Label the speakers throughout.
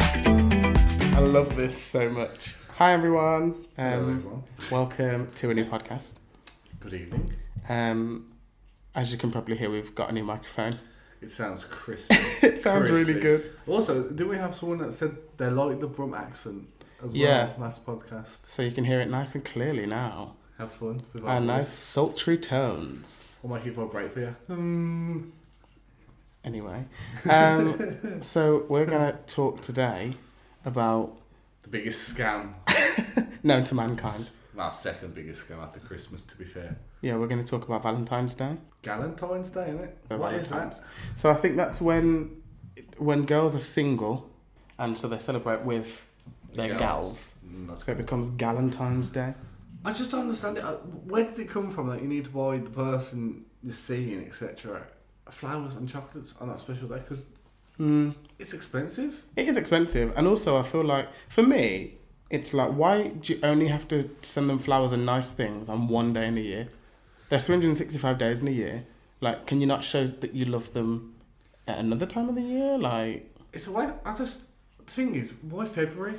Speaker 1: I love this so much. Hi everyone. Um,
Speaker 2: Hello, everyone.
Speaker 1: Welcome to a new podcast.
Speaker 2: Good evening.
Speaker 1: Um, as you can probably hear, we've got a new microphone.
Speaker 2: It sounds crispy.
Speaker 1: It sounds really
Speaker 2: Crispy.
Speaker 1: good.
Speaker 2: also, did we have someone that said they like the Brum accent as well
Speaker 1: Yeah.
Speaker 2: last podcast?
Speaker 1: So you can hear it nice and clearly now.
Speaker 2: Have fun with our
Speaker 1: Our Ah, nice
Speaker 2: voice.
Speaker 1: sultry tones.
Speaker 2: I'll make it vibrate for you. Um,
Speaker 1: Anyway, um, so we're gonna talk today about
Speaker 2: the biggest scam.
Speaker 1: known to mankind.
Speaker 2: Well, second biggest scam after Christmas, to be fair.
Speaker 1: Yeah, we're gonna talk about Valentine's Day.
Speaker 2: Galentine's Day, isn't it?
Speaker 1: The
Speaker 2: What is
Speaker 1: Valentine's.
Speaker 2: that?
Speaker 1: So I think that's when when girls are single, and so they celebrate with their
Speaker 2: Gals.
Speaker 1: gals.
Speaker 2: Mm, that's
Speaker 1: So it becomes Galentine's Day.
Speaker 2: I just don't understand it. Uh, Where did it come from that you need to buy the person you're seeing, etc., flowers and chocolates on that special day? Because
Speaker 1: Mm.
Speaker 2: it's expensive.
Speaker 1: It is expensive, and also I feel like for me, it's like why do you only have to send them flowers and nice things on one day in a year? There's 365 days in a year. Like, can you not show that you love them at another time of the year? Like,
Speaker 2: It's a way. I just the thing is, why February?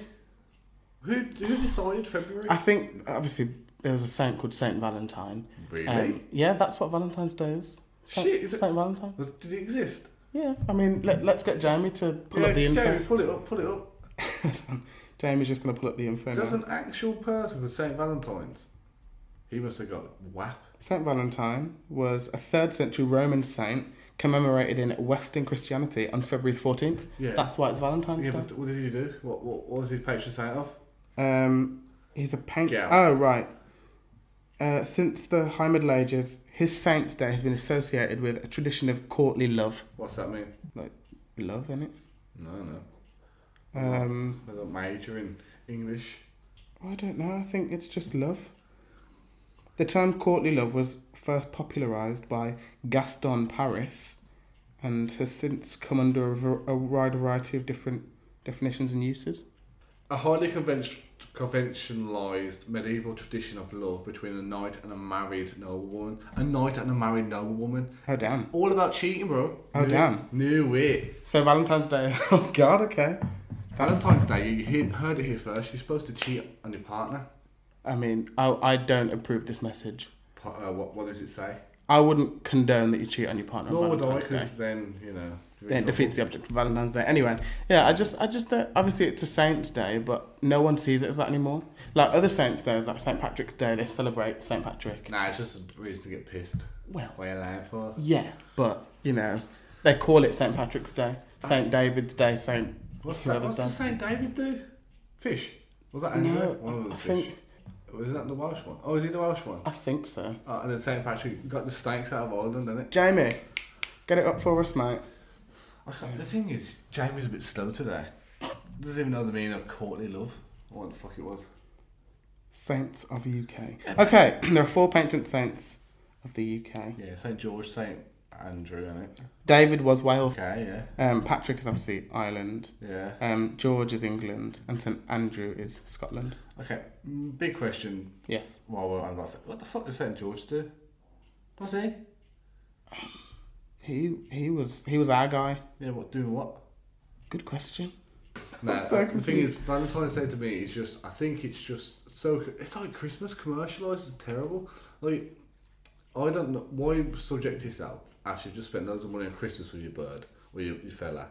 Speaker 2: Who who decided February?
Speaker 1: I think obviously there was a saint called Saint Valentine.
Speaker 2: really?
Speaker 1: Um, yeah, that's what Valentine's Day is. Saint,
Speaker 2: Shit, is it?
Speaker 1: Saint Valentine.
Speaker 2: was- Did it exist?
Speaker 1: Yeah, I mean, let, let's get Jamie to pull
Speaker 2: yeah,
Speaker 1: up the info.
Speaker 2: Jamie, pull it up. Pull it up.
Speaker 1: Jamie's just gonna pull up the info.
Speaker 2: There's
Speaker 1: now.
Speaker 2: an actual person called Saint Valentine's. He must have got whap.
Speaker 1: Saint Valentine was a third century Roman saint commemorated in Western Christianity on February 14th.
Speaker 2: Yeah.
Speaker 1: That's why it's Valentine's
Speaker 2: yeah,
Speaker 1: Day.
Speaker 2: but what did he do? What what, what was his patron saint of?
Speaker 1: Um, he's a paint.
Speaker 2: Yeah.
Speaker 1: Oh, right. Uh, since the High Middle Ages, his saint's day has been associated with a tradition of courtly love.
Speaker 2: What's that mean?
Speaker 1: Love, innit?
Speaker 2: No, no.
Speaker 1: Um,
Speaker 2: I don't major in English.
Speaker 1: I don't know. I think it's just love. The term courtly love was first popularized by Gaston Paris, and has since come under a, var- a wide variety of different definitions and uses.
Speaker 2: A highly convention- conventionalized medieval tradition of love between a knight and a married noblewoman. A knight and a married noblewoman.
Speaker 1: Oh damn!
Speaker 2: All about cheating, bro.
Speaker 1: Oh,
Speaker 2: Knew-
Speaker 1: damn.
Speaker 2: Knew it.
Speaker 1: So Valentine's Day. oh God. Okay.
Speaker 2: Valentine's Day, you he- heard it here first. You're supposed to cheat on your partner.
Speaker 1: I mean, I I don't approve this message.
Speaker 2: Pa- Uh, what, what does it say?
Speaker 1: I wouldn't condone that you cheat on your partner
Speaker 2: Nor
Speaker 1: on
Speaker 2: would I,
Speaker 1: Valentine's Day.
Speaker 2: because then, you know. you're in
Speaker 1: Then it defeats the object of Valentine's Day. Anyway, yeah, I just, I just, don't, obviously it's a Saint's Day, but no one sees it as that anymore. Like other Saints' days, like St. Patrick's Day, they celebrate St. Patrick.
Speaker 2: trouble. Nah, it's just a reason to get pissed.
Speaker 1: Well,
Speaker 2: What are you lying for?
Speaker 1: yeah, but you know, they call it St. Patrick's Day, St. David's Day, St.
Speaker 2: What's, that,
Speaker 1: Whoever's
Speaker 2: what's
Speaker 1: done.
Speaker 2: does St. David do? Fish. Was that Andrew? One
Speaker 1: No,
Speaker 2: of those
Speaker 1: I
Speaker 2: fish.
Speaker 1: think,
Speaker 2: Was that the Welsh one? Oh, is he the Welsh one?
Speaker 1: I think so.
Speaker 2: Oh, and then St. Patrick got the stakes out of Ireland, didn't it?
Speaker 1: Jamie, get it up for us, mate.
Speaker 2: I can't- the thing is, Jamie's a bit slow today. Doesn't even know the meaning of courtly love. Or what the fuck it was.
Speaker 1: Saints of UK. Okay, there are four patron saints of the UK.
Speaker 2: Yeah, St. George, St. Andrew, innit?
Speaker 1: David was Wales.
Speaker 2: Okay, yeah.
Speaker 1: Um, Patrick is obviously Ireland.
Speaker 2: Yeah.
Speaker 1: Um, George is England, and St Andrew is Scotland.
Speaker 2: Okay, mm, big question
Speaker 1: Yes.
Speaker 2: while we're on about St. What the fuck does St. George do? What's he?
Speaker 1: He he was he was our guy.
Speaker 2: Yeah, what, doing what?
Speaker 1: Good question.
Speaker 2: No,
Speaker 1: so
Speaker 2: the thing is, Valentine's Day to me is just. I think it's just so. It's like Christmas commercialised is terrible. Like, I don't know why subject yourself. Actually, just spend loads of money on Christmas with your bird or your, your fella,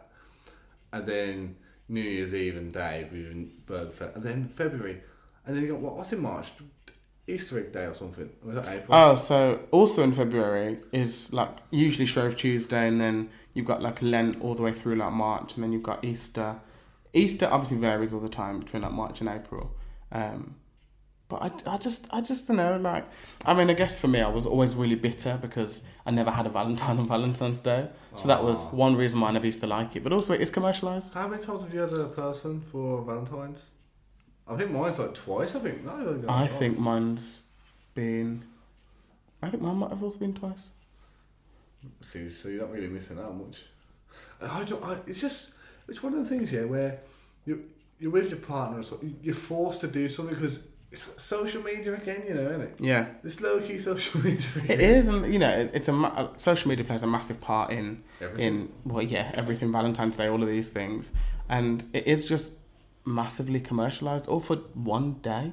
Speaker 2: and then New Year's Eve and Day with your bird fella, and then February, and then you got what? What's in March? Easter egg day or something? Or is that April?
Speaker 1: Oh, so also in February is like usually Shrove Tuesday, and then you've got like Lent all the way through like March, and then you've got Easter. Easter obviously varies all the time between like March and April. Um, but I, I just I just don't know like I mean I guess for me I was always really bitter because I never had a Valentine on Valentine's Day, so that was
Speaker 2: Aw.
Speaker 1: one reason why I never used to like it. But also it is commercialized.
Speaker 2: How many times have you had a person for Valentine's? I think mine's like oh. twice. I think no.
Speaker 1: I think mine's been I think mine might have also been twice.
Speaker 2: So, so you're not really missing out much. I don't, I, it's just it's one of the things here where you you're with your partner or something, you're forced to do something because it's social media again, you know, isn't it?
Speaker 1: Yeah.
Speaker 2: This low key social media.
Speaker 1: It is, and you know, it, it's a ma- uh, social media plays a massive part in
Speaker 2: Everything.
Speaker 1: in well, yeah, everything Valentine's Day, all of these things, and it is just massively commercialized, all for one day.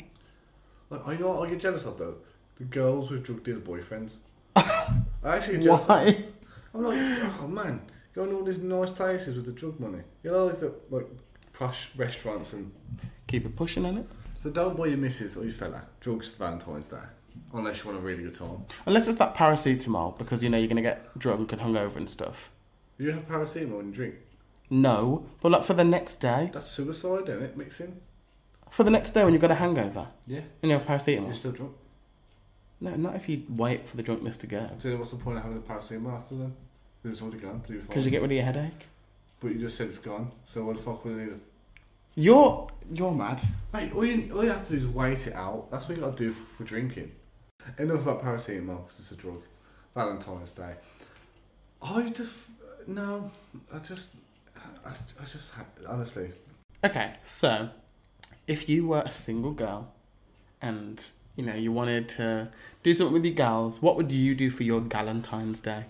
Speaker 2: Like, I know what I get jealous of though. The girls with drug dealer boyfriends. I actually get jealous. Of,
Speaker 1: Why?
Speaker 2: I'm like, oh man, going to all these nice places with the drug money. You know, like the like posh restaurants and.
Speaker 1: Keep it pushing on it.
Speaker 2: So don't buy your missus or your fella drugs for Valentine's Day, unless you want a really good time.
Speaker 1: Unless it's that paracetamol, because you know you're gonna get drunk and hungover and stuff.
Speaker 2: You have paracetamol and drink.
Speaker 1: No, but like for the next day,
Speaker 2: That's suicide, isn't it? Mixing.
Speaker 1: for the next day when you've got a hangover
Speaker 2: Yeah.
Speaker 1: and you have
Speaker 2: You're
Speaker 1: paracetamol.
Speaker 2: still drunk.
Speaker 1: No, not if you wait for the drunkness to go,
Speaker 2: So then what's the point of having a paracetamol after then? 'Cause it's already gone. So you're fine.
Speaker 1: because you get rid of your headache.
Speaker 2: But you just said it's gone. So what the fuck would I need? A...
Speaker 1: You're you're mad.
Speaker 2: Mate, all you all you have to do is wait it out. That's what you got to do for drinking. Enough about paracetamol because it's a drug. Valentine's Day. I just no. I just I, I just ha- honestly.
Speaker 1: Okay, so if you were a single girl and you know you wanted to do something with your gals, what would you do for your Galentine's Day?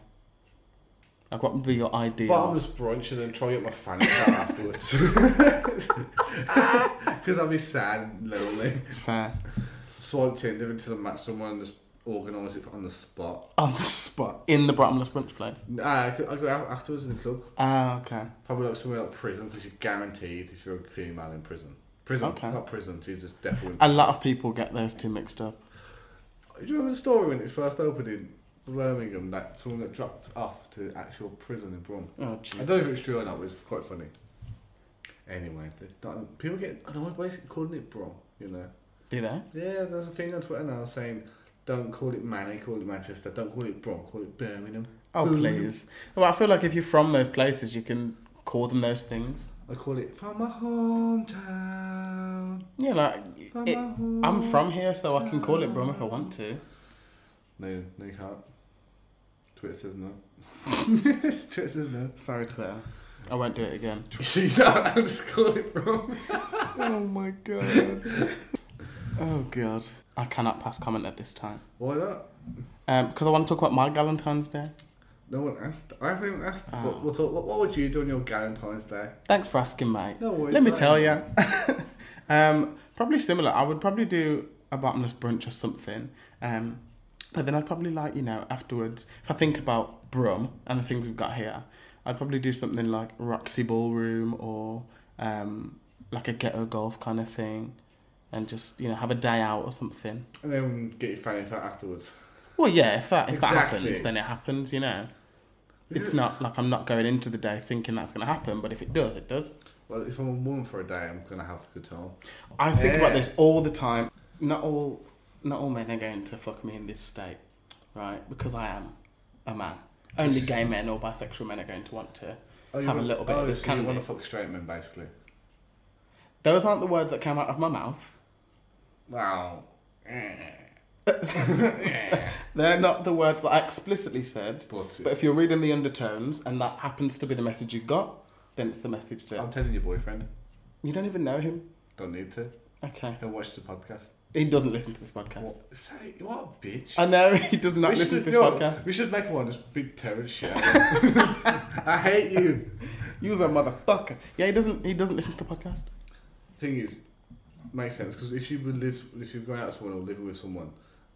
Speaker 1: Like, what would be your ideal?
Speaker 2: Bottomless brunch and then try and get my fanny out afterwards. Because I'll be sad and lonely.
Speaker 1: Fair
Speaker 2: Swipe Tinder until I match someone and just organise it on the spot.
Speaker 1: on the spot in the bottomless brunch place.
Speaker 2: Nah, I could, I go out afterwards in the club.
Speaker 1: Ah, okay.
Speaker 2: Probably like somewhere like prison because you're guaranteed if you're a female in prison. Prison,
Speaker 1: Okay.
Speaker 2: not prison. Jesus, definitely.
Speaker 1: A lot of people get those two mixed up.
Speaker 2: Do you remember the story when it first opened in Birmingham that someone got dropped off to actual prison in Brum?
Speaker 1: Oh,
Speaker 2: I
Speaker 1: jeez.
Speaker 2: don't know if it's true or not, but it's quite funny. Anyway, they don't- people get annoyed by calling it Brum, you know.
Speaker 1: Do they?
Speaker 2: Yeah, there's a thing on Twitter now saying, don't call it Manny, call it Manchester, don't call it Brom, call it Birmingham.
Speaker 1: Oh,
Speaker 2: Mm.
Speaker 1: please. Well, I feel like if you're from those places, you can call them those things.
Speaker 2: I call it from my hometown.
Speaker 1: Yeah, like,
Speaker 2: From
Speaker 1: it,
Speaker 2: my home.
Speaker 1: I'm from here, so I can call it Brum if I want to.
Speaker 2: No, no, you can't. Twitter says no. Twitter says no.
Speaker 1: Sorry, Twitter. I won't do it again.
Speaker 2: you don't have to call it Brom.
Speaker 1: oh my god. Oh god. I cannot pass comment at this time.
Speaker 2: Why not?
Speaker 1: Because I want to talk about my Valentine's Day.
Speaker 2: No one asked. I haven't even asked.
Speaker 1: Ah.
Speaker 2: But we'll talk, what, what would you do on your Valentine's Day?
Speaker 1: Thanks for asking, mate.
Speaker 2: No worries.
Speaker 1: Let me
Speaker 2: mate.
Speaker 1: tell you. um, probably similar. I would probably do a bottomless brunch or something. Um, but then I'd probably like, you know, afterwards, if I think about Brum and the things we've got here, I'd probably do something like Roxy Ballroom or um, like a ghetto golf kind of thing and just, you know, have a day out or something.
Speaker 2: And then get your fanny out afterwards.
Speaker 1: Well, yeah, if that if that
Speaker 2: Exactly.
Speaker 1: happens, then it happens, you know.
Speaker 2: Is
Speaker 1: It's
Speaker 2: it-
Speaker 1: not like I'm not going into the day thinking that's going to happen, but if it does, it does.
Speaker 2: Well, if I'm a woman for a day, I'm going to have a good time.
Speaker 1: I think about
Speaker 2: Yeah.
Speaker 1: this all the time. Not all not all men are going to fuck me in this state, right? Because I am a man. Only gay men or bisexual men are going to want to.
Speaker 2: Oh, you
Speaker 1: Have a
Speaker 2: want-
Speaker 1: little bit of
Speaker 2: oh,
Speaker 1: this
Speaker 2: so
Speaker 1: candy.
Speaker 2: you want to fuck straight men, basically.
Speaker 1: Those aren't the words that came out of my mouth.
Speaker 2: Wow. eh.
Speaker 1: They're not the words that I explicitly said.
Speaker 2: But,
Speaker 1: But if you're reading the undertones and that happens to be the message you got, then it's the message that
Speaker 2: I'm telling your boyfriend,
Speaker 1: you don't even know him.
Speaker 2: don't need to.
Speaker 1: Okay,
Speaker 2: He'll watch the podcast.
Speaker 1: he doesn't listen to this podcast.
Speaker 2: What? Say, what a bitch.
Speaker 1: I know he does not
Speaker 2: We
Speaker 1: listen to
Speaker 2: should-
Speaker 1: this
Speaker 2: you know what?
Speaker 1: podcast.
Speaker 2: We should make one just big terror shit. I hate you.
Speaker 1: You was a motherfucker. Yeah, he doesn't. He doesn't listen to the podcast.
Speaker 2: Thing is, makes sense because if you would live, if you've gone out with someone or living with someone,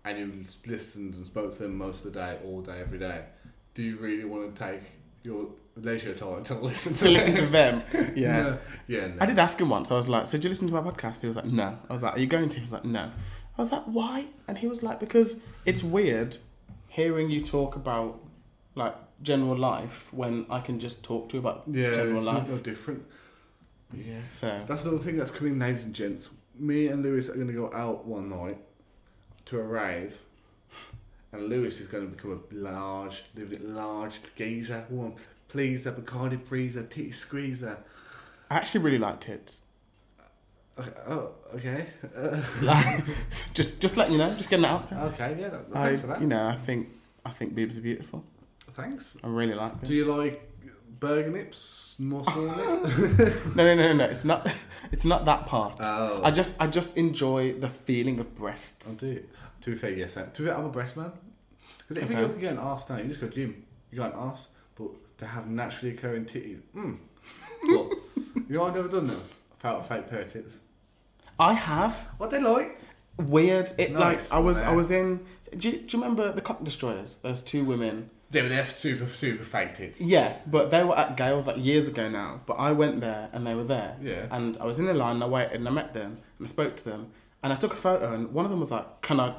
Speaker 2: and you listened and spoke to them most of the day, all day, every day, do you really want to take your leisure time to listen to,
Speaker 1: To listen to them. Yeah.
Speaker 2: No. Yeah. No.
Speaker 1: I did ask him once. I was like, "So do you listen to my podcast?" He was like, "No." I was like, "Are you going to?" He was like, "No." I was like, "Why?" And he was like, "Because it's weird hearing you talk about like general life when I can just talk to you about
Speaker 2: Yeah,
Speaker 1: general
Speaker 2: it's
Speaker 1: life."
Speaker 2: no different. Yeah.
Speaker 1: So
Speaker 2: That's another thing that's coming, ladies and gents. Me and Lewis are going to go out one night to a rave, and Lewis is going to become a large, little bit large geezer, woman pleaser, Bacardi breezer, titty squeezer.
Speaker 1: I actually really liked it.
Speaker 2: Okay, oh, okay. Uh,
Speaker 1: Like, just just letting you know, just getting it out there.
Speaker 2: okay, yeah, that,
Speaker 1: I,
Speaker 2: thanks for that.
Speaker 1: you know, I think I think boobs are beautiful.
Speaker 2: Thanks.
Speaker 1: I really like them.
Speaker 2: Do you like burger nips more small nip?
Speaker 1: No, no, no, no, no. It's not. It's not that part.
Speaker 2: Oh.
Speaker 1: I just, I just enjoy the feeling of breasts.
Speaker 2: I do. To be fair, yes. I- To be fair, I'm a breast man. Because if you
Speaker 1: Okay.
Speaker 2: look at an arse now, you just go gym, you got an arse, but to have naturally occurring titties, mm. But, you know what I've never done though? Felt a fake pair of tits.
Speaker 1: I have
Speaker 2: What they like?
Speaker 1: weird. It
Speaker 2: Nice,
Speaker 1: like I was, I
Speaker 2: man.
Speaker 1: was in. Do you, do you remember the cock destroyers? There's two women.
Speaker 2: They were they're super super fake tits.
Speaker 1: Yeah, but they were at Gales like years ago now. But I went there and they were there.
Speaker 2: Yeah.
Speaker 1: And I was in the line. and I waited and I met them and I spoke to them and I took a photo and one of them was like, "Can I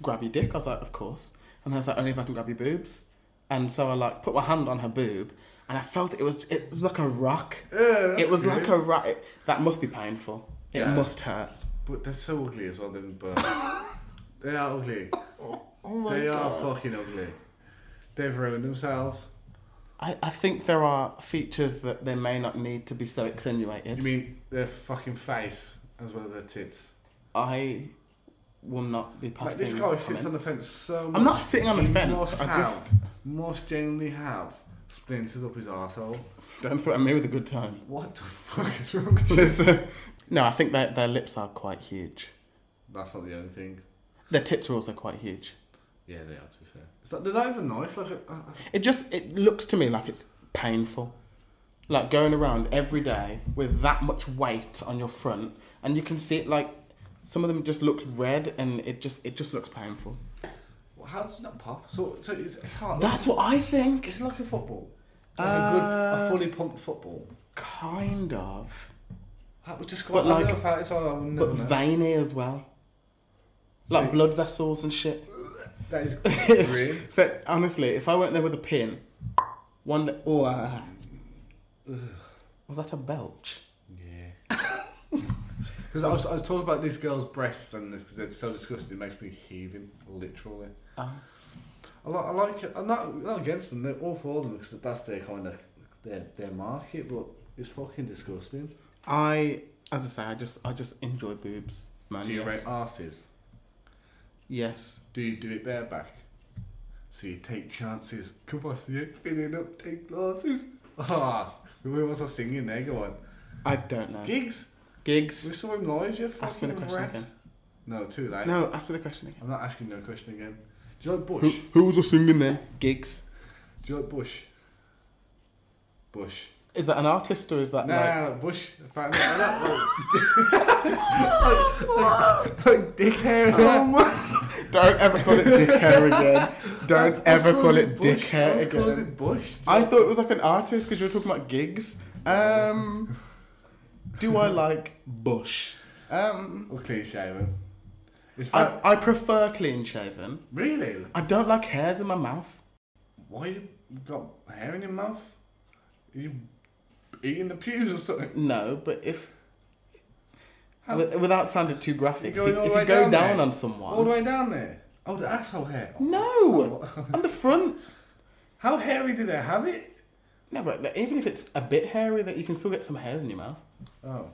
Speaker 1: grab your dick?" I was like, "Of course." And I was like, "Only if I can grab your boobs." And so I like put my hand on her boob and I felt it was it was like a rock. it was like a ra it- that must be painful. It
Speaker 2: Yeah.
Speaker 1: must hurt.
Speaker 2: But they're so ugly as well. Them birds. they are ugly.
Speaker 1: Oh
Speaker 2: they are fucking ugly. They've ruined themselves.
Speaker 1: I, I think there are features that they may not need to be so
Speaker 2: You
Speaker 1: extenuated.
Speaker 2: mean their fucking face as well as their tits?
Speaker 1: I will not be
Speaker 2: Like
Speaker 1: passing.
Speaker 2: this guy sits on the
Speaker 1: comments.
Speaker 2: fence so much.
Speaker 1: I'm not sitting on the
Speaker 2: He
Speaker 1: fence.
Speaker 2: Must
Speaker 1: I
Speaker 2: have,
Speaker 1: just
Speaker 2: must generally have splinters up his arsehole.
Speaker 1: don't threaten me with a good time.
Speaker 2: What the fuck is wrong with you?
Speaker 1: Listen, no, I think their their lips are quite huge.
Speaker 2: That's not the only thing.
Speaker 1: Their tits are also quite huge.
Speaker 2: Yeah, they are. To be fair, is that, they're not even nice. Like, uh, uh,
Speaker 1: It just it looks to me like it's painful. Like going around every day with that much weight on your front and you can see it like some of them just look red and it just it just looks painful.
Speaker 2: how does it not pop? So, so it's, it's hard.
Speaker 1: That's what I think.
Speaker 2: it's like a football, like a good,
Speaker 1: Uh,
Speaker 2: a fully pumped football.
Speaker 1: Kind of.
Speaker 2: That would just
Speaker 1: but
Speaker 2: but like,
Speaker 1: like-
Speaker 2: it's all, I'll never
Speaker 1: But
Speaker 2: know.
Speaker 1: veiny as well.
Speaker 2: So-
Speaker 1: Like blood vessels and shit.
Speaker 2: that is grim.
Speaker 1: It's- so honestly, if I went there with a pin, one day, oh, ah. was that a belch?
Speaker 2: Yeah. Because I was, I was talking about these girls' breasts and the- they're so disgusting, it makes me heaving, literally.
Speaker 1: Oh.
Speaker 2: I like, I like it. I'm not, I'm not against them, they're all for them because that's their kind of their, their market, but it's fucking disgusting.
Speaker 1: I, as I say, I just I just enjoy boobs, man.
Speaker 2: Do you
Speaker 1: yes.
Speaker 2: rate arses?
Speaker 1: yes.
Speaker 2: Do you do it bareback? So you take chances. Come on, see it, filling up, take chances. Ah, who was I singing there? Go on.
Speaker 1: I don't know.
Speaker 2: Gigs? We
Speaker 1: Gigs.
Speaker 2: saw him live, you
Speaker 1: Ask me
Speaker 2: fucking
Speaker 1: the question
Speaker 2: rat.
Speaker 1: again.
Speaker 2: No, too late.
Speaker 1: No, ask me the question again.
Speaker 2: I'm not asking no question again. Do you like Bush?
Speaker 1: Who, who was I singing then? Gigs.
Speaker 2: Do you like Bush? Bush.
Speaker 1: Is that an artist or is that
Speaker 2: No,
Speaker 1: like?
Speaker 2: no, no, Bush. Fat man. like, like, like dick hair.
Speaker 1: Don't ever call it dick hair again. Don't ever call it dick
Speaker 2: Bush. I
Speaker 1: hair
Speaker 2: was calling
Speaker 1: again.
Speaker 2: it Bush.
Speaker 1: I thought it was like an artist because you were talking about gigs. Um, do I like Bush? Um,
Speaker 2: Or clean shaven. It's fat.
Speaker 1: I, I prefer clean shaven.
Speaker 2: really?
Speaker 1: I don't like hairs in my mouth.
Speaker 2: Why you got hair in your mouth? you eating the pews or something?
Speaker 1: No, but if
Speaker 2: How-
Speaker 1: with- without sounding too graphic,
Speaker 2: You're
Speaker 1: if
Speaker 2: going
Speaker 1: you,
Speaker 2: all
Speaker 1: if
Speaker 2: the
Speaker 1: you
Speaker 2: way
Speaker 1: go
Speaker 2: down
Speaker 1: down,
Speaker 2: there?
Speaker 1: on
Speaker 2: All
Speaker 1: someone,
Speaker 2: the way Oh. down there. Oh, the asshole hair.
Speaker 1: no, on the front.
Speaker 2: How hairy do they have it?
Speaker 1: No, but like, even if it's a bit hairy, that you can still get some hairs in your mouth.
Speaker 2: Oh.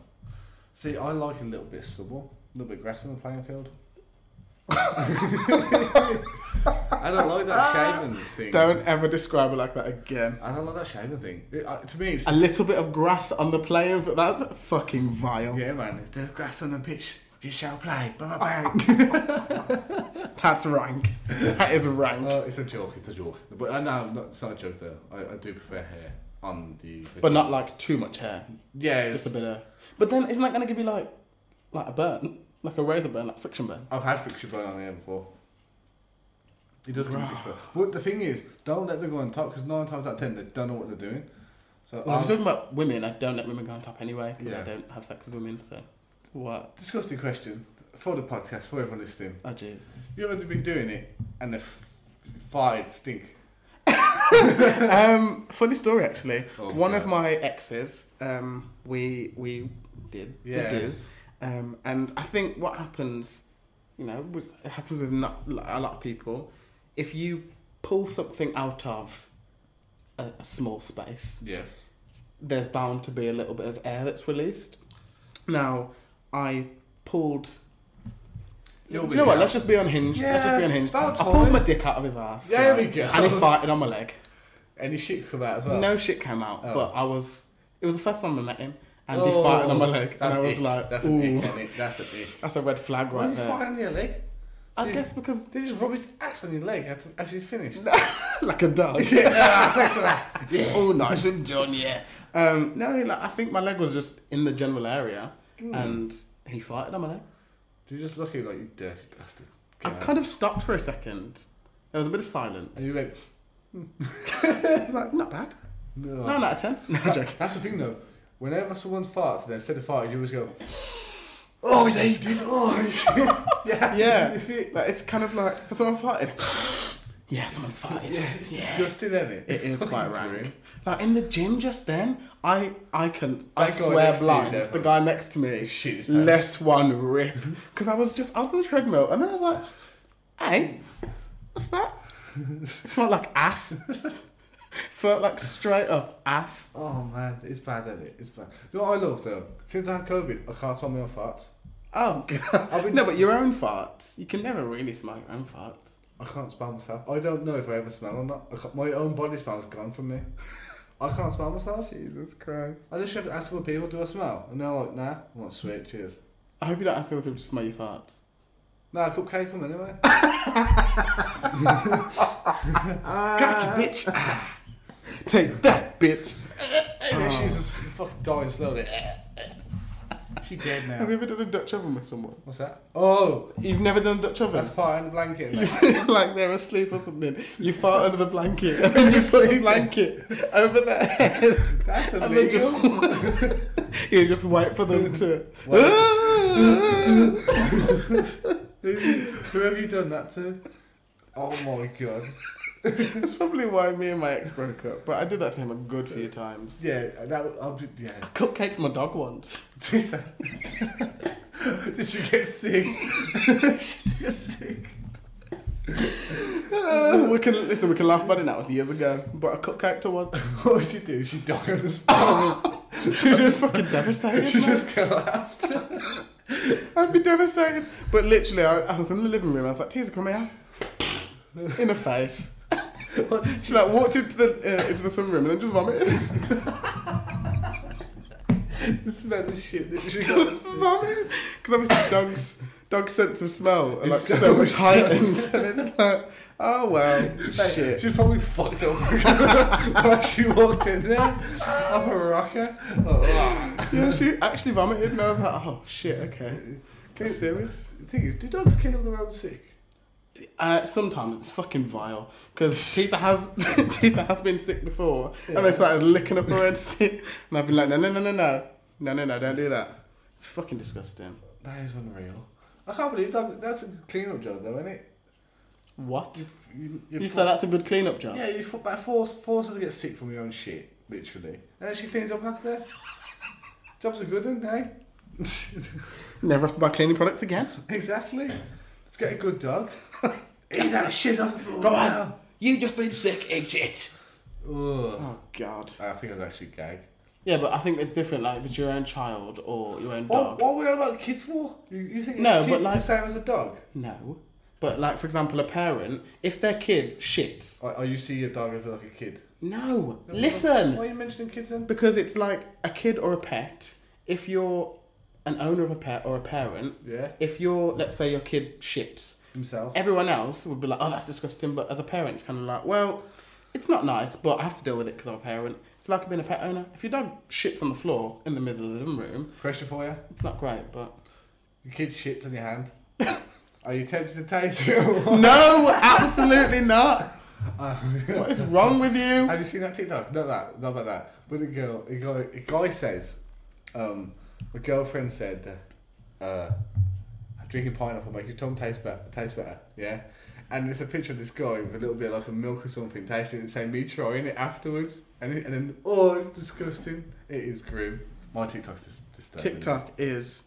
Speaker 2: See, I like a little bit of stubble, a little bit of grass on the playing field. I don't like that shaving thing.
Speaker 1: Don't ever describe it like that again.
Speaker 2: I don't like that shaving thing. It, uh, to me, it's
Speaker 1: A little bit of grass on the playing field. That's fucking vile.
Speaker 2: yeah, man. If there's grass on the pitch, you shall play. Bang, bang.
Speaker 1: That's rank. That is rank.
Speaker 2: uh, it's a joke. It's a joke. But uh, no, not, it's not a joke though. I, I do prefer hair on the.
Speaker 1: but not like too much hair.
Speaker 2: Yeah, it's,
Speaker 1: Just a bit of. But then isn't that going to give you like, like a burn, like a razor burn, like friction burn?
Speaker 2: I've had friction burn on the hair before. It does give me
Speaker 1: Bruh.
Speaker 2: friction burn. But the thing is, don't let them go on top because nine times out of ten they don't know what they're doing. So
Speaker 1: Well,
Speaker 2: I'm-
Speaker 1: if you're talking about women, I don't let women go on top anyway because I
Speaker 2: Yeah.
Speaker 1: don't have sex with women. So what?
Speaker 2: disgusting question for the podcast for everyone listening.
Speaker 1: Oh jeez.
Speaker 2: You ever been doing it and the f- fired stink?
Speaker 1: um, funny story actually.
Speaker 2: Oh,
Speaker 1: One
Speaker 2: God.
Speaker 1: of my exes, um, we we did we do.
Speaker 2: Yes.
Speaker 1: Um, and I think what happens, you know, with, it happens with not, a lot of people. If you pull something out of a, a small space,
Speaker 2: Yes.
Speaker 1: there's bound to be a little bit of air that's released. Now, I pulled. Do
Speaker 2: You'll
Speaker 1: you
Speaker 2: be
Speaker 1: know what?
Speaker 2: out.
Speaker 1: Let's just be unhinged. Let's just be
Speaker 2: Yeah,
Speaker 1: unhinged. I
Speaker 2: about
Speaker 1: pulled
Speaker 2: time.
Speaker 1: my dick out of his ass.
Speaker 2: There
Speaker 1: right?
Speaker 2: we go.
Speaker 1: And he farted on my leg.
Speaker 2: Any shit come out as well?
Speaker 1: No shit came out,
Speaker 2: Oh.
Speaker 1: but I was. It was the first time I met him, and he
Speaker 2: Oh,
Speaker 1: farted on my leg, and
Speaker 2: that's
Speaker 1: I was
Speaker 2: ick.
Speaker 1: like,
Speaker 2: that's
Speaker 1: "Ooh,
Speaker 2: an ick, isn't it? That's an ick.
Speaker 1: that's a red flag
Speaker 2: Why
Speaker 1: right
Speaker 2: did you
Speaker 1: there."
Speaker 2: fart on your leg?
Speaker 1: I
Speaker 2: Dude.
Speaker 1: guess because
Speaker 2: They just rub his ass on your leg after after you finished.
Speaker 1: like a dog.
Speaker 2: ah, thanks for that.
Speaker 1: yeah. Oh, nice and done. Yeah. Um, no, like I think my leg was just in the general area, and he farted on my leg.
Speaker 2: Did you just look at him like you dirty bastard?
Speaker 1: I kind of stopped for a second. There was a bit of silence.
Speaker 2: And you went,
Speaker 1: I was like, not bad.
Speaker 2: no.
Speaker 1: Nine out of ten. No joke.
Speaker 2: That's the thing though. Whenever someone farts, they instead of farting, you always go, "Oh yeah, you did. Oh yeah,
Speaker 1: Yeah.
Speaker 2: If it,
Speaker 1: Like, it's kind of like someone farted. yeah, someone's farted.
Speaker 2: yeah, it's disgusting, isn't it?
Speaker 1: It is quite
Speaker 2: Fucking
Speaker 1: rank.
Speaker 2: grim.
Speaker 1: Like in the gym just then, I I can I
Speaker 2: That guy
Speaker 1: swear
Speaker 2: next to you,
Speaker 1: blind.
Speaker 2: Devon.
Speaker 1: the guy next to me
Speaker 2: Shit his
Speaker 1: let
Speaker 2: pants.
Speaker 1: one rip because I was just I was on the treadmill and then I was like, hey, what's that? It smelled like ass. smelled like straight up ass.
Speaker 2: Oh man, it's bad, isn't it? It's bad. You know what I love though? Since I had COVID, I can't smell my own farts.
Speaker 1: Oh god.
Speaker 2: I've been-
Speaker 1: no, but your own farts. You can never really smell your own farts.
Speaker 2: I can't smell myself. I don't know if I ever smell or not. I can't- my own body smell's gone from me. I can't smell myself.
Speaker 1: Jesus Christ.
Speaker 2: I just have to ask other people, do I smell? And they're like, nah. I'm like, sweet, cheers.
Speaker 1: I hope you don't ask other people to smell your farts.
Speaker 2: Nah, cupcake them anyway. gotcha, bitch.
Speaker 1: Take that, bitch.
Speaker 2: And then she's just fucking dying slowly. she dead now.
Speaker 1: Have you ever done a Dutch oven with someone?
Speaker 2: What's that? Oh,
Speaker 1: You've never done a Dutch oven.
Speaker 2: that's fine. Blanket.
Speaker 1: You
Speaker 2: mate.
Speaker 1: feel like they're asleep or something. You fart under the blanket and then you put the blanket over their head.
Speaker 2: That's
Speaker 1: And then
Speaker 2: illegal.
Speaker 1: just, you just wait for them to.
Speaker 2: Who have you done that to? Oh my god.
Speaker 1: That's probably why me and my ex broke up, but I did that to him a good few times.
Speaker 2: Yeah, that. I'll do,
Speaker 1: A
Speaker 2: yeah.
Speaker 1: cupcake from a dog once.
Speaker 2: Did she get sick? she get sick.
Speaker 1: Uh, we can listen. We can laugh about it now. It was years ago, but a cupcake to one.
Speaker 2: What would she do? She died on the spot.
Speaker 1: She was just fucking devastated.
Speaker 2: she
Speaker 1: man.
Speaker 2: just collapsed.
Speaker 1: I'd be devastated. But literally, I, I was in the living room. I was like, "Tears come out," in her face. she like walked into the uh, into the sunroom and then just vomited.
Speaker 2: the smell of shit that she
Speaker 1: just
Speaker 2: got.
Speaker 1: vomited because obviously Doug's Doug's sense of smell are like
Speaker 2: It's
Speaker 1: so,
Speaker 2: so
Speaker 1: much
Speaker 2: much
Speaker 1: heightened, and it's like, oh well, shit.
Speaker 2: She's probably fucked up when she walked in there. I'm a rocker. Oh, wow.
Speaker 1: Yeah, she actually vomited, and I was like, oh shit, okay. That's serious.
Speaker 2: The thing is, do dogs kill their own sick?
Speaker 1: Uh, sometimes it's fucking vile because Tisa has Tisa has been sick before, and
Speaker 2: Yeah.
Speaker 1: they started licking up her entity, and I've been like, no, no, no, no, no, no, no, no, don't do that. It's fucking disgusting.
Speaker 2: That is unreal. I can't believe that. That's a clean up job, though, isn't it?
Speaker 1: What?
Speaker 2: You,
Speaker 1: You
Speaker 2: you,
Speaker 1: just
Speaker 2: fo-
Speaker 1: said that's a good clean-up job.
Speaker 2: yeah, you fo- but force force her to get sick from your own shit, literally. And then she cleans up after. Jobs are good, aren't they?
Speaker 1: Never have to buy cleaning products again.
Speaker 2: Exactly. Let's get a good dog. Eat that shit off the floor.
Speaker 1: Go on.
Speaker 2: now.
Speaker 1: You just been sick. Eat it.
Speaker 2: Ugh.
Speaker 1: Oh god.
Speaker 2: I think I'd actually gag.
Speaker 1: Yeah, but I think it's different. Like, if it's your own child or your own
Speaker 2: What,
Speaker 1: dog.
Speaker 2: what are we on about kids for? You, you think
Speaker 1: No,
Speaker 2: no, kids
Speaker 1: but
Speaker 2: but
Speaker 1: like-
Speaker 2: the same as a dog?
Speaker 1: No. But like, for example, a parent, if their kid shits,
Speaker 2: Are, are you see your dog as like a kid?
Speaker 1: no,
Speaker 2: No,
Speaker 1: listen.
Speaker 2: Why are you mentioning kids then?
Speaker 1: Because it's like a kid or a pet. If you're an owner of a pet or a parent,
Speaker 2: Yeah,
Speaker 1: if you're, let's say, your kid shits,
Speaker 2: himself.
Speaker 1: everyone else would be like, oh, that's disgusting. But as a parent, it's kind of like, well, it's not nice, but I have to deal with it because I'm a parent. It's like being a pet owner. If your dog shits on the floor in the middle of the living room,
Speaker 2: Question for you:
Speaker 1: it's not great, but.
Speaker 2: Your kid shits on your hand. are you tempted to taste it? or what?
Speaker 1: No, absolutely not.
Speaker 2: Uh,
Speaker 1: What is wrong with you?
Speaker 2: Have you seen that TikTok? Not that, not about that. But a girl, a guy, a guy says, um, my girlfriend said, uh, drinking pineapple makes your tongue taste better. Taste better, yeah. And there's a picture of this guy with a little bit of like a milk or something tasting it, saying me trying it afterwards, and it, and then oh, it's disgusting. It is grim. My TikTok's dis- disturbing.
Speaker 1: TikTok is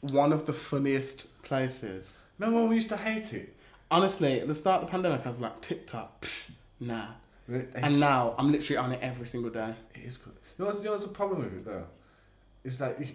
Speaker 1: one of the funniest places.
Speaker 2: Remember when we used to hate it?
Speaker 1: Honestly, at the start of the pandemic, I was like, TikTok, pff, nah.
Speaker 2: It, it
Speaker 1: And now I'm literally on it every single day.
Speaker 2: is good. You know, what's- you know what's the problem with it though? Is that you,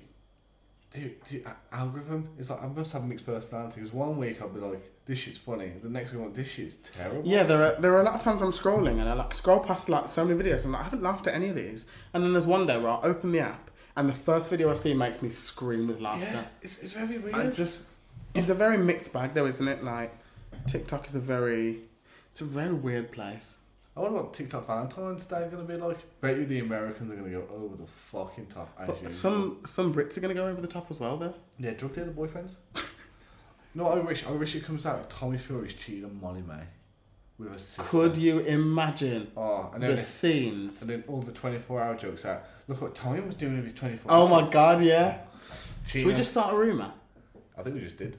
Speaker 2: the, the a- algorithm is like I must have mixed personalities. One week I'll be like, this shit's funny. The next week I'm like, this shit's terrible.
Speaker 1: Yeah, there are there are a lot of times I'm scrolling and I like scroll past like so many videos and I'm like, I haven't laughed at any of these. And then there's one day where I open the app and the first video I see makes me scream with
Speaker 2: yeah.
Speaker 1: laughter.
Speaker 2: It's, it's very weird.
Speaker 1: I just it's a very mixed bag though, isn't it? Like TikTok is a very it's a very weird place.
Speaker 2: I wonder what TikTok Valentine's Day going to be like. Bet you the Americans are going to go over the fucking top. as
Speaker 1: But
Speaker 2: usual.
Speaker 1: some some Brits are gonna go over the top as well though.
Speaker 2: yeah, drug dealer boyfriends. no, I wish I wish it comes out. Tommy Fury's cheated on Molly May with a sister.
Speaker 1: Could you imagine
Speaker 2: oh, and then,
Speaker 1: the scenes?
Speaker 2: and then all the twenty four hour jokes out. Look what Tommy was doing with his twenty four.
Speaker 1: Oh my god, yeah. Should
Speaker 2: Cheating.
Speaker 1: we just start a rumour?
Speaker 2: I think we just did.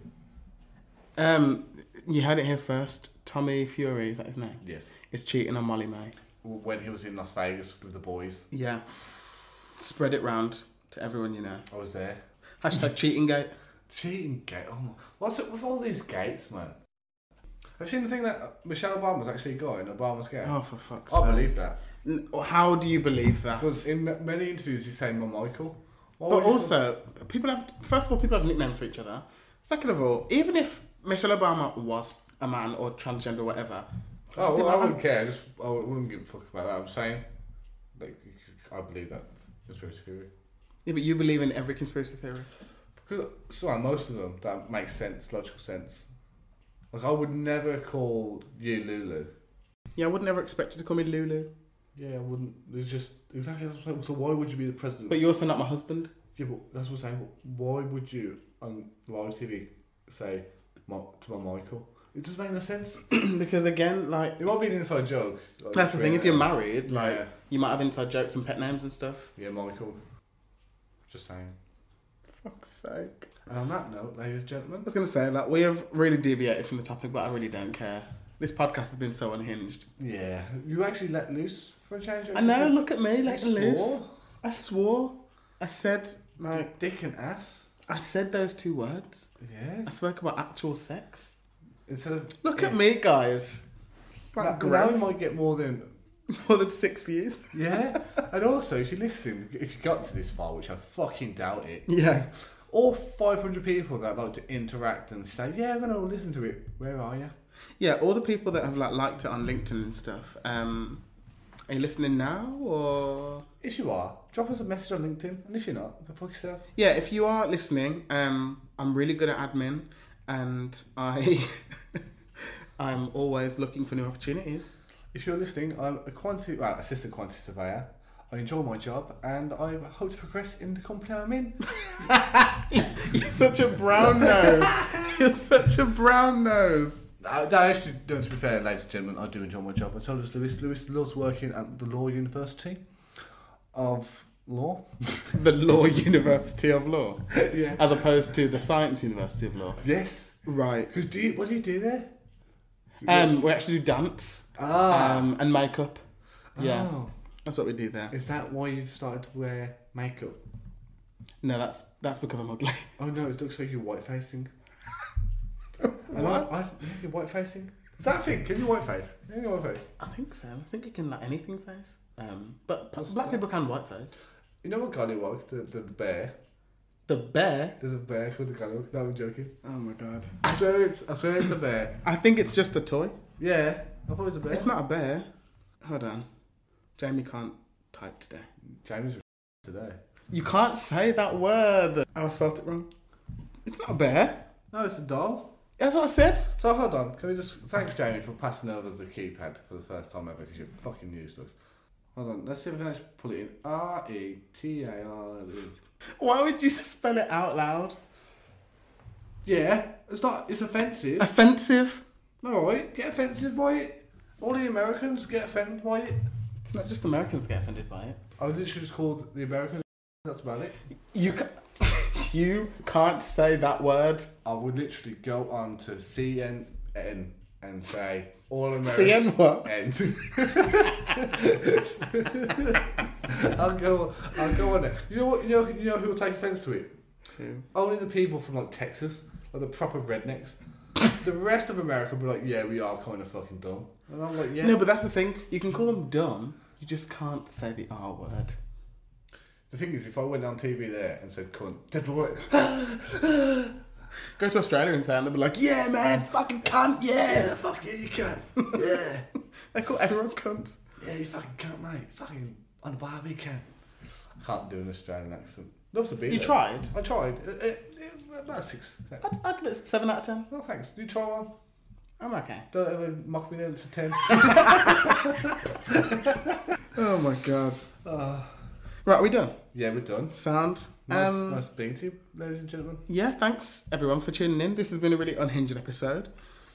Speaker 1: Um you heard it here first. Tommy Fury, is that his name?
Speaker 2: Yes.
Speaker 1: Is cheating on Molly May.
Speaker 2: When he was in Las Vegas with the boys,
Speaker 1: Yeah. Spread it round to everyone you know.
Speaker 2: I was there.
Speaker 1: Hashtag cheating gate.
Speaker 2: Cheating gate. Oh my. What's up with all these gates, man? Have you seen the thing that Michelle Obama's actually got in Obama's gate?
Speaker 1: Oh, for fuck's
Speaker 2: I
Speaker 1: sake.
Speaker 2: believe that.
Speaker 1: N- How do you believe that?
Speaker 2: Because in many interviews, you say, "My Michael." Why would
Speaker 1: But
Speaker 2: you-
Speaker 1: also, people have, first of all, people have nicknames for each other. Second of all, even if Michelle Obama was a man or transgender or whatever,
Speaker 2: oh,
Speaker 1: is it
Speaker 2: well, I
Speaker 1: not-
Speaker 2: wouldn't care. I Just I wouldn't give a fuck about that. I'm saying, like, I believe that conspiracy theory.
Speaker 1: yeah, but you believe in every conspiracy theory.
Speaker 2: Because so most of them that makes sense, logical sense. Like I would never call you Lulu.
Speaker 1: Yeah, I would never expect you to call me Lulu.
Speaker 2: Yeah, I wouldn't. It's just exactly that's what I'm saying. So why would you be the president?
Speaker 1: But you're also not my husband.
Speaker 2: yeah, but that's what I'm saying. Why would you on live TV say my, to my Michael? It doesn't make no sense.
Speaker 1: because again, like,
Speaker 2: It might be an inside joke. like, uh,
Speaker 1: that's the thing, if you're married, like,
Speaker 2: Yeah.
Speaker 1: you might have inside jokes and pet names and stuff.
Speaker 2: Yeah, Michael. Just saying.
Speaker 1: Fuck's sake.
Speaker 2: And on that note, ladies and gentlemen,
Speaker 1: I was going to say, like, we have really deviated from the topic, but I really don't care. This podcast has been so unhinged.
Speaker 2: yeah, you actually let loose for a change.
Speaker 1: I know, look at me,
Speaker 2: You
Speaker 1: like,
Speaker 2: swore?
Speaker 1: loose. I swore. I said, like,
Speaker 2: dick and ass.
Speaker 1: I said those two words.
Speaker 2: Yeah.
Speaker 1: I spoke about actual sex.
Speaker 2: Instead of
Speaker 1: Look
Speaker 2: yeah.
Speaker 1: at me, guys.
Speaker 2: Now,
Speaker 1: Like,
Speaker 2: now we
Speaker 1: great.
Speaker 2: might get more than
Speaker 1: More than six views.
Speaker 2: yeah. and also, if you're listening, if you got to this far, which I fucking doubt it,
Speaker 1: Yeah.
Speaker 2: all 500 people that like to interact and say, yeah, I'm gonna listen to it. Where are you?
Speaker 1: Yeah, all the people that have, like, liked it on LinkedIn and stuff, um, are you listening now, or...?
Speaker 2: If you are, drop us a message on LinkedIn, and if you're not, go fuck yourself.
Speaker 1: Yeah, if you are listening, um, I'm really good at admin, and I, I'm always looking for new opportunities.
Speaker 2: If you're listening, I'm a quantity, well, assistant quantity surveyor. I enjoy my job and I hope to progress in the company I'm in.
Speaker 1: You're such a brown nose. You're such a brown nose.
Speaker 2: Uh, no, actually, no, to be fair, ladies and gentlemen, I do enjoy my job. And so does Lewis. Lewis loves working at the Law University of Law.
Speaker 1: The Law University of Law,
Speaker 2: yeah.
Speaker 1: as opposed to the Science University of Law.
Speaker 2: Yes.
Speaker 1: Right.
Speaker 2: Because do you, what do you do there?
Speaker 1: Um, we actually do dance,
Speaker 2: Ah.
Speaker 1: um, and makeup. Yeah,
Speaker 2: Oh.
Speaker 1: Ah. that's what we do there.
Speaker 2: Is that why you've started to wear makeup?
Speaker 1: No, that's that's because I'm ugly.
Speaker 2: Oh no, it looks like you're white facing. And I, I, yeah, you're white facing. Is that a thing? Can you white face? Can you white face?
Speaker 1: I think so. I think you can like anything face. Um, but
Speaker 2: What's
Speaker 1: black
Speaker 2: that?
Speaker 1: people can white face.
Speaker 2: You know what Gollywog, the, the bear?
Speaker 1: The bear.
Speaker 2: There's a bear called the Gollywog. No, I'm joking.
Speaker 1: Oh my god.
Speaker 2: I swear it's, I swear it's a bear.
Speaker 1: I think it's just the toy.
Speaker 2: Yeah, I thought it was a bear.
Speaker 1: It's not a bear. Hold on. Jamie can't type today.
Speaker 2: James was today.
Speaker 1: You can't say that word. Oh, I spelt it wrong. It's not a bear.
Speaker 2: No, it's a doll.
Speaker 1: That's what I said.
Speaker 2: So hold on, can we just thanks Jamie for passing over the keypad for the first time ever because you're fucking useless. Hold on, let's see if we can actually put it in R E T A R.
Speaker 1: Why would you spell it out loud?
Speaker 2: Yeah, it's not. It's offensive.
Speaker 1: Offensive.
Speaker 2: All right, get offensive by it. All the Americans get offended by it.
Speaker 1: It's not just Americans that get offended by it.
Speaker 2: I literally just called the Americans. That's about it.
Speaker 1: You ca- you can't say that word.
Speaker 2: I would literally go on to CNN and say all Americans.
Speaker 1: CN what?
Speaker 2: end. I'll go. I'll go on there. You know what? You know. You know who will take offence to it? Only the people from like Texas, like the proper rednecks. the rest of America will be like, yeah, we are kind of fucking dumb. And I'm like, yeah.
Speaker 1: No, but that's the thing. You can call them dumb. You just can't say the R word.
Speaker 2: The thing is, if I went on TV there and said cunt, they'd be like,
Speaker 1: Go to Australia and say, it, and they'll be like, yeah, man, fucking cunt, yeah.
Speaker 2: fuck yeah, you can. Yeah.
Speaker 1: They call everyone cunts.
Speaker 2: Yeah, you fucking can't, mate. Fucking on the bar we can. I can't do an Australian accent. Loves to be
Speaker 1: You
Speaker 2: there.
Speaker 1: tried?
Speaker 2: I tried. Uh, uh, uh, about six.
Speaker 1: I'd, I'd give it a 7 out of 10.
Speaker 2: No thanks. You try one.
Speaker 1: I'm okay.
Speaker 2: Don't ever mock me then. It's a ten.
Speaker 1: Oh my god. Right, we done.
Speaker 2: yeah, we're done.
Speaker 1: Sound.
Speaker 2: Nice,
Speaker 1: Um,
Speaker 2: nice being to you, ladies and gentlemen.
Speaker 1: Yeah, thanks everyone for tuning in. This has been a really unhinged episode.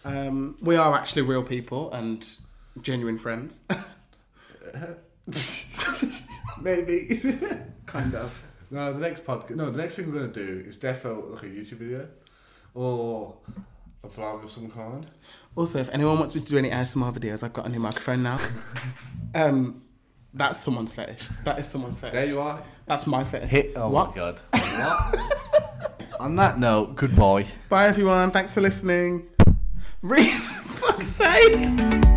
Speaker 1: Um, we are actually real people and genuine friends. Maybe. kind of.
Speaker 2: No, the next podcast. No, the next thing we're gonna do is defo like a YouTube video, or a vlog of some kind.
Speaker 1: Also, if anyone wants me to do any ASMR videos, I've got a new microphone now. um, that's someone's fetish. That is someone's fetish.
Speaker 2: There you are.
Speaker 1: That's my fetish.
Speaker 2: what?
Speaker 1: what?
Speaker 2: oh god. On that note, goodbye.
Speaker 1: Bye everyone. Thanks for listening. Reese, fuck's sake.